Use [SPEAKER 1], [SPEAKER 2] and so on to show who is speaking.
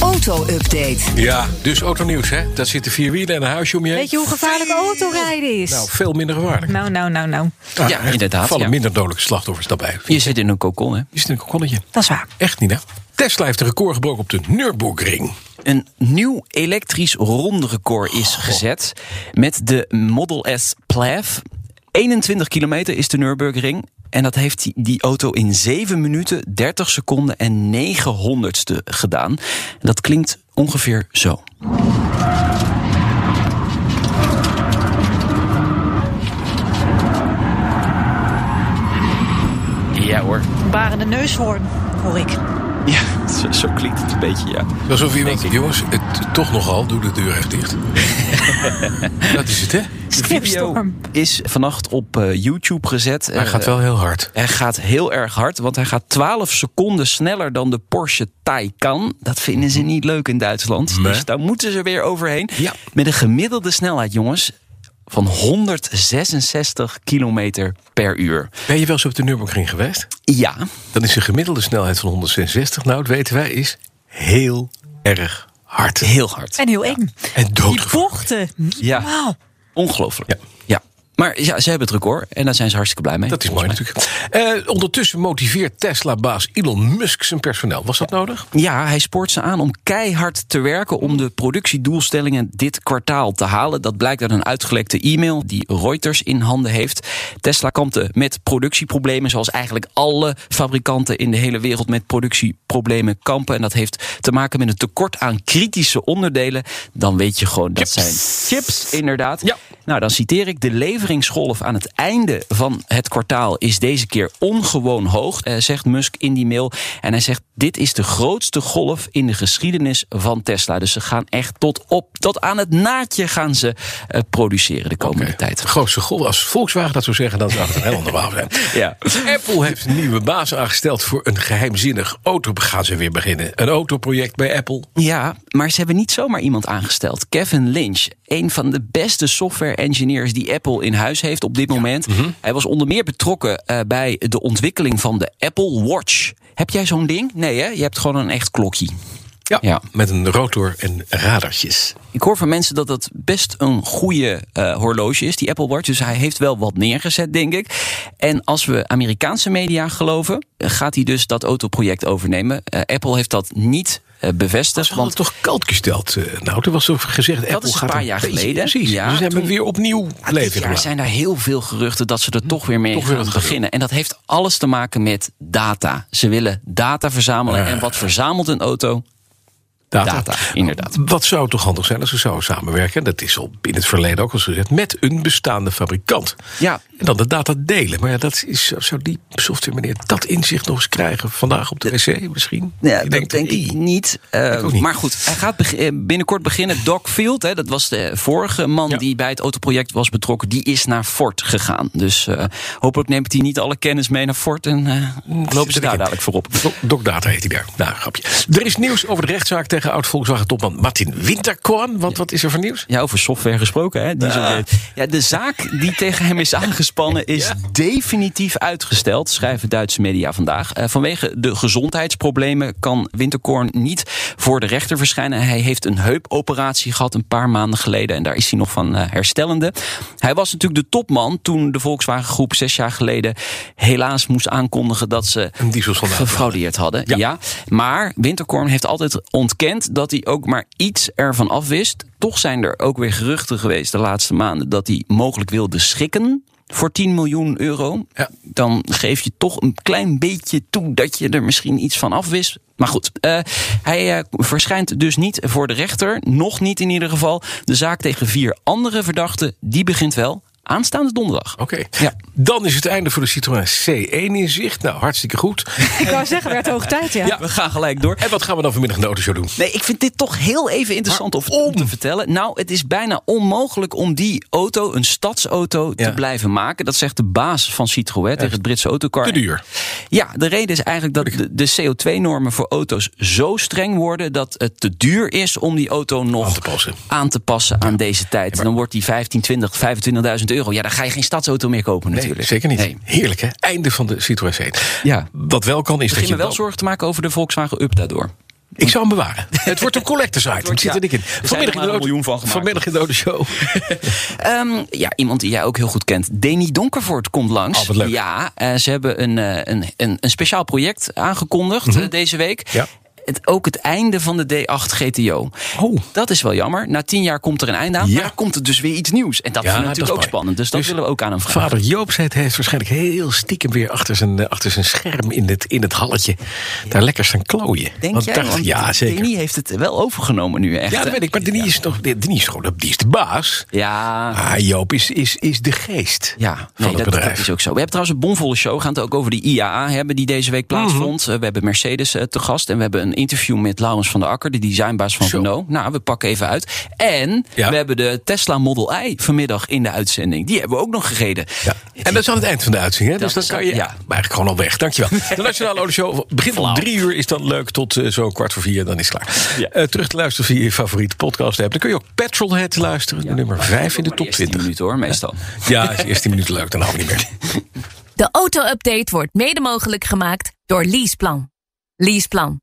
[SPEAKER 1] Auto-update.
[SPEAKER 2] Ja, dus autonieuws, hè? Dat zitten vier wielen en een huisje om je heen.
[SPEAKER 3] Weet je hoe gevaarlijk autorijden is?
[SPEAKER 2] Nou, veel minder gevaarlijk.
[SPEAKER 3] Nou, nou, nou, nou.
[SPEAKER 2] Ah,
[SPEAKER 4] Ja,
[SPEAKER 2] er
[SPEAKER 4] inderdaad,
[SPEAKER 2] vallen
[SPEAKER 4] ja.
[SPEAKER 2] minder dodelijke slachtoffers daarbij.
[SPEAKER 4] Je zit in een kokon, hè?
[SPEAKER 2] Is het een kokonnetje?
[SPEAKER 3] Dat is waar.
[SPEAKER 2] Echt niet, hè? Tesla heeft een record gebroken op de Nürburgring.
[SPEAKER 4] Een nieuw elektrisch ronde-record is gezet met de Model S Plaid. 21 kilometer is de Nürburgring. En dat heeft die, die auto in 7 minuten, 30 seconden en 900ste gedaan. En dat klinkt ongeveer zo. Ja hoor.
[SPEAKER 5] Barende neushoorn, hoor ik.
[SPEAKER 6] Ja, zo, zo klinkt het een beetje, ja.
[SPEAKER 2] Alsof iemand... Jongens, het, toch nogal, doe de deur even dicht. dat is het, hè?
[SPEAKER 4] Video
[SPEAKER 3] Schipstorm.
[SPEAKER 4] is vannacht op eh, YouTube gezet. Eh,
[SPEAKER 2] Hij gaat wel heel hard.
[SPEAKER 4] Hij gaat heel erg hard, want hij gaat 12 seconden sneller dan de Porsche Taycan. Dat vinden ze niet leuk in Duitsland.
[SPEAKER 2] Nee.
[SPEAKER 4] Dus daar moeten ze weer overheen.
[SPEAKER 2] Ja.
[SPEAKER 4] Met een gemiddelde snelheid, jongens, van 166 kilometer per uur.
[SPEAKER 2] Ben je wel eens op de Nürburgring geweest?
[SPEAKER 4] Ja,
[SPEAKER 2] Dan is de gemiddelde snelheid van 166, nou, dat weten wij, is heel erg hard.
[SPEAKER 4] heel hard.
[SPEAKER 3] En heel eng.
[SPEAKER 2] En
[SPEAKER 3] Die
[SPEAKER 2] doodgevaarlijk.
[SPEAKER 3] bochten.
[SPEAKER 4] Ja.
[SPEAKER 3] Wauw.
[SPEAKER 4] Ongelooflijk.
[SPEAKER 2] Ja.
[SPEAKER 4] Ja. Maar ja, ze hebben het record en daar zijn ze hartstikke blij mee.
[SPEAKER 2] Dat is mooi natuurlijk. Eh, ondertussen motiveert Tesla-baas Elon Musk zijn personeel. Was dat nodig?
[SPEAKER 4] Ja, hij spoort ze aan om keihard te werken om de productiedoelstellingen dit kwartaal te halen. Dat blijkt uit een uitgelekte e-mail die Reuters in handen heeft. Tesla kampte met productieproblemen, zoals eigenlijk alle fabrikanten in de hele wereld met productieproblemen kampen. En dat heeft te maken met een tekort aan kritische onderdelen. Dan weet je gewoon dat zijn chips, inderdaad.
[SPEAKER 2] Ja.
[SPEAKER 4] Nou, dan citeer ik. De leveringsgolf aan het einde van het kwartaal is deze keer ongewoon hoog, eh, zegt Musk in die mail. En hij zegt: Dit is de grootste golf in de geschiedenis van Tesla. Dus ze gaan echt tot op, tot aan het naadje gaan ze eh, produceren de komende tijd.
[SPEAKER 2] De grootste golf. Als Volkswagen dat zou zeggen, dan zou het een heel ander verhaal zijn.
[SPEAKER 4] Ja.
[SPEAKER 2] Apple heeft een nieuwe baas aangesteld voor een geheimzinnig auto. Gaan ze weer beginnen. Een autoproject bij Apple.
[SPEAKER 4] Ja, maar ze hebben niet zomaar iemand aangesteld. Kevin Lynch, een van de beste software engineers die Apple in huis heeft op dit moment.
[SPEAKER 2] Mhm.
[SPEAKER 4] Hij was onder meer betrokken eh, bij de ontwikkeling van de Apple Watch. Heb jij zo'n ding? Nee, hè? Je hebt gewoon een echt klokje.
[SPEAKER 2] Ja,
[SPEAKER 4] Ja.
[SPEAKER 2] met een rotor en radartjes.
[SPEAKER 4] Ik hoor van mensen dat dat best een goede eh, horloge is, die Apple Watch. Dus hij heeft wel wat neergezet, denk ik. En als we Amerikaanse media geloven, eh, gaat hij dus dat autoproject overnemen. Eh, Apple heeft dat niet eh, bevestigd.
[SPEAKER 2] Ze hadden
[SPEAKER 4] Want
[SPEAKER 2] het toch koud gesteld. eh, Nou, toen was toch gezegd, Apple
[SPEAKER 4] is een
[SPEAKER 2] gaat
[SPEAKER 4] paar jaar
[SPEAKER 2] beetje-
[SPEAKER 4] geleden.
[SPEAKER 2] Precies,
[SPEAKER 4] Ja, Ah,
[SPEAKER 2] dus ze hebben weer opnieuw leven
[SPEAKER 4] Ja, er
[SPEAKER 2] gemaakt.
[SPEAKER 4] zijn daar heel veel geruchten dat ze er toch weer mee
[SPEAKER 2] Toch weer
[SPEAKER 4] gaan
[SPEAKER 2] wat
[SPEAKER 4] beginnen. En dat heeft alles te maken met data. Ze willen data verzamelen.
[SPEAKER 2] Ja.
[SPEAKER 4] En wat verzamelt een auto? Data, inderdaad.
[SPEAKER 2] Wat zou toch handig zijn als ze zouden samenwerken? Dat is al in het verleden ook al gezegd. Met een bestaande fabrikant.
[SPEAKER 4] Ja.
[SPEAKER 2] En dan de data delen. Maar ja, dat is, zou die software meneer dat inzicht nog eens krijgen vandaag op de wc misschien?
[SPEAKER 4] Ja,
[SPEAKER 2] Je
[SPEAKER 4] dat
[SPEAKER 2] denkt,
[SPEAKER 4] denk ik
[SPEAKER 2] "Ie."
[SPEAKER 4] niet. Eh,
[SPEAKER 2] ook niet.
[SPEAKER 4] Maar goed, hij gaat beg- eh, binnenkort beginnen. Doc Field, hè, dat was de vorige man
[SPEAKER 2] Ja.
[SPEAKER 4] die bij het autoproject was betrokken. Die is naar Ford gegaan. Dus eh, hopelijk neemt hij niet alle kennis mee naar Ford. En eh
[SPEAKER 2] Mm, zit
[SPEAKER 4] lopen
[SPEAKER 2] er
[SPEAKER 4] ze daar
[SPEAKER 2] in.
[SPEAKER 4] dadelijk voorop.
[SPEAKER 2] Doc- Doc Data heet hij daar. Nou, grapje. Er is nieuws over de rechtszaak tegen oud-Volkswagen-topman Martin Winterkorn. Want wat is er voor nieuws?
[SPEAKER 4] Ja, over software gesproken, hè? Dieselgate. Ja, de zaak die tegen hem is aangespannen is definitief uitgesteld, schrijven Duitse media vandaag. Eh, vanwege de gezondheidsproblemen kan Winterkorn niet voor de rechter verschijnen. Hij heeft een heupoperatie gehad een paar maanden geleden en daar is hij nog van eh, herstellende. Hij was natuurlijk de topman toen de Volkswagen Groep zes jaar geleden helaas moest aankondigen dat ze
[SPEAKER 2] Een dieselschandaal.
[SPEAKER 4] gefraudeerd hadden.
[SPEAKER 2] Ja.
[SPEAKER 4] Ja. Maar Winterkorn heeft altijd ontkend dat hij ook maar iets ervan afwist. Toch zijn er ook weer geruchten geweest de laatste maanden dat hij mogelijk wilde schikken. Voor 10 miljoen euro,
[SPEAKER 2] Ja.
[SPEAKER 4] dan geef je toch een klein beetje toe dat je er misschien iets van afwist. Maar goed, eh, hij eh, verschijnt dus niet voor de rechter. Nog niet in ieder geval. De zaak tegen vier andere verdachten, die begint wel Aanstaande donderdag.
[SPEAKER 2] Oké,
[SPEAKER 4] Ja.
[SPEAKER 2] dan is het einde voor de Citroën C1 in zicht. Nou, hartstikke goed.
[SPEAKER 3] Ik wou zeggen, werd hoog tijd, ja.
[SPEAKER 4] Ja, we gaan gelijk door.
[SPEAKER 2] En wat gaan we dan vanmiddag in de autoshow doen?
[SPEAKER 4] Nee, ik vind dit toch heel even interessant om, om te vertellen. Nou, het is bijna onmogelijk om die auto, een stadsauto,
[SPEAKER 2] Ja.
[SPEAKER 4] te blijven maken. Dat zegt de baas van Citroën tegen het Britse autocar.
[SPEAKER 2] Te duur.
[SPEAKER 4] Ja, de reden is eigenlijk dat de, de CO2-normen voor auto's zo streng worden... dat het te duur is om die auto nog
[SPEAKER 2] Aan te passen.
[SPEAKER 4] aan, te passen aan deze tijd. Dan wordt die 15, 20, 25.000 euro. Ja, dan ga je geen stadsauto meer kopen natuurlijk.
[SPEAKER 2] Nee, zeker niet.
[SPEAKER 4] Nee.
[SPEAKER 2] Heerlijk, hè? Einde van de Citroën C1.
[SPEAKER 4] Ja.
[SPEAKER 2] Wat wel kan, is
[SPEAKER 4] Ik
[SPEAKER 2] dat
[SPEAKER 4] begin
[SPEAKER 2] je...
[SPEAKER 4] me wel zorgen te maken over de Volkswagen Up daardoor.
[SPEAKER 2] Ik zou hem bewaren. het wordt een collectors item. Ik zit er dik in.
[SPEAKER 4] zijn er
[SPEAKER 2] Vanmiddag in de
[SPEAKER 4] maar een
[SPEAKER 2] auto-
[SPEAKER 4] miljoen van gemaakt.
[SPEAKER 2] Vanmiddag in de autoshow.
[SPEAKER 4] Ehm, ja, iemand die jij ook heel goed kent. Deni Donkervoort komt langs.
[SPEAKER 2] Oh, wat leuk.
[SPEAKER 4] Ja, eh, ze hebben een, eh, een, een, een speciaal project aangekondigd eh, deze week.
[SPEAKER 2] Mhm. Ja.
[SPEAKER 4] Het, ook het einde van de D8 GTO.
[SPEAKER 2] Oh.
[SPEAKER 4] Dat is wel jammer. Na tien jaar komt er een einde aan.
[SPEAKER 2] Ja.
[SPEAKER 4] Maar komt er dus weer iets nieuws. En dat
[SPEAKER 2] Ja,
[SPEAKER 4] vinden we
[SPEAKER 2] dat
[SPEAKER 4] natuurlijk
[SPEAKER 2] is
[SPEAKER 4] ook
[SPEAKER 2] mooi.
[SPEAKER 4] spannend. Dus dat
[SPEAKER 2] Dus-
[SPEAKER 4] willen we ook aan hem vragen.
[SPEAKER 2] Vader Joop zei het, hij heeft waarschijnlijk heel stiekem weer achter zijn, eh, achter zijn scherm in het, in het halletje. Daar lekker staan klooien.
[SPEAKER 4] Denk
[SPEAKER 2] Want
[SPEAKER 4] jij?
[SPEAKER 2] daar-
[SPEAKER 4] Want
[SPEAKER 2] ja, zeker.
[SPEAKER 4] Deni heeft het wel overgenomen nu echt.
[SPEAKER 2] ja, dat
[SPEAKER 4] hè?
[SPEAKER 2] weet ik. Maar Denis is, toch, Denis is, gewoon, die is de baas.
[SPEAKER 4] ja.
[SPEAKER 2] Ah, Joop is, is, is de geest
[SPEAKER 4] Ja,
[SPEAKER 2] van
[SPEAKER 4] nee,
[SPEAKER 2] het
[SPEAKER 4] dat, dat
[SPEAKER 2] bedrijf.
[SPEAKER 4] is ook zo. We hebben trouwens een bomvolle show. We gaan het ook over de IAA hebben die deze
[SPEAKER 2] Mhm.
[SPEAKER 4] week plaatsvond. Eh, We hebben Mercedes eh, te gast. En we hebben een interview met Laurens van der Akker, de designbaas van
[SPEAKER 2] Zo.
[SPEAKER 4] Renault. Nou, we pakken even uit. En
[SPEAKER 2] Ja.
[SPEAKER 4] we hebben de Tesla Model I vanmiddag in de uitzending. Die hebben we ook nog gereden.
[SPEAKER 2] Ja. En dat is aan het eind van de uitzending. Hè?
[SPEAKER 4] Dat
[SPEAKER 2] Dus dan
[SPEAKER 4] is-
[SPEAKER 2] kan je
[SPEAKER 4] ja.
[SPEAKER 2] maar eigenlijk gewoon al weg. Dankjewel. De Nationale Autoshow begint om drie uur. Is dan leuk tot eh, zo kwart voor vier. Dan is het klaar.
[SPEAKER 4] Ja.
[SPEAKER 2] Eh, terug te luisteren via je favoriete podcast app. Dan kun je ook Petrolhead luisteren. nummer vijf in de
[SPEAKER 4] Maar
[SPEAKER 2] top
[SPEAKER 4] eerst tien
[SPEAKER 2] 20.
[SPEAKER 4] minuten hoor, meestal.
[SPEAKER 2] Ja, is de eerste minuut leuk. Dan houden we niet meer.
[SPEAKER 1] De auto-update wordt mede mogelijk gemaakt door Leaseplan. Leaseplan.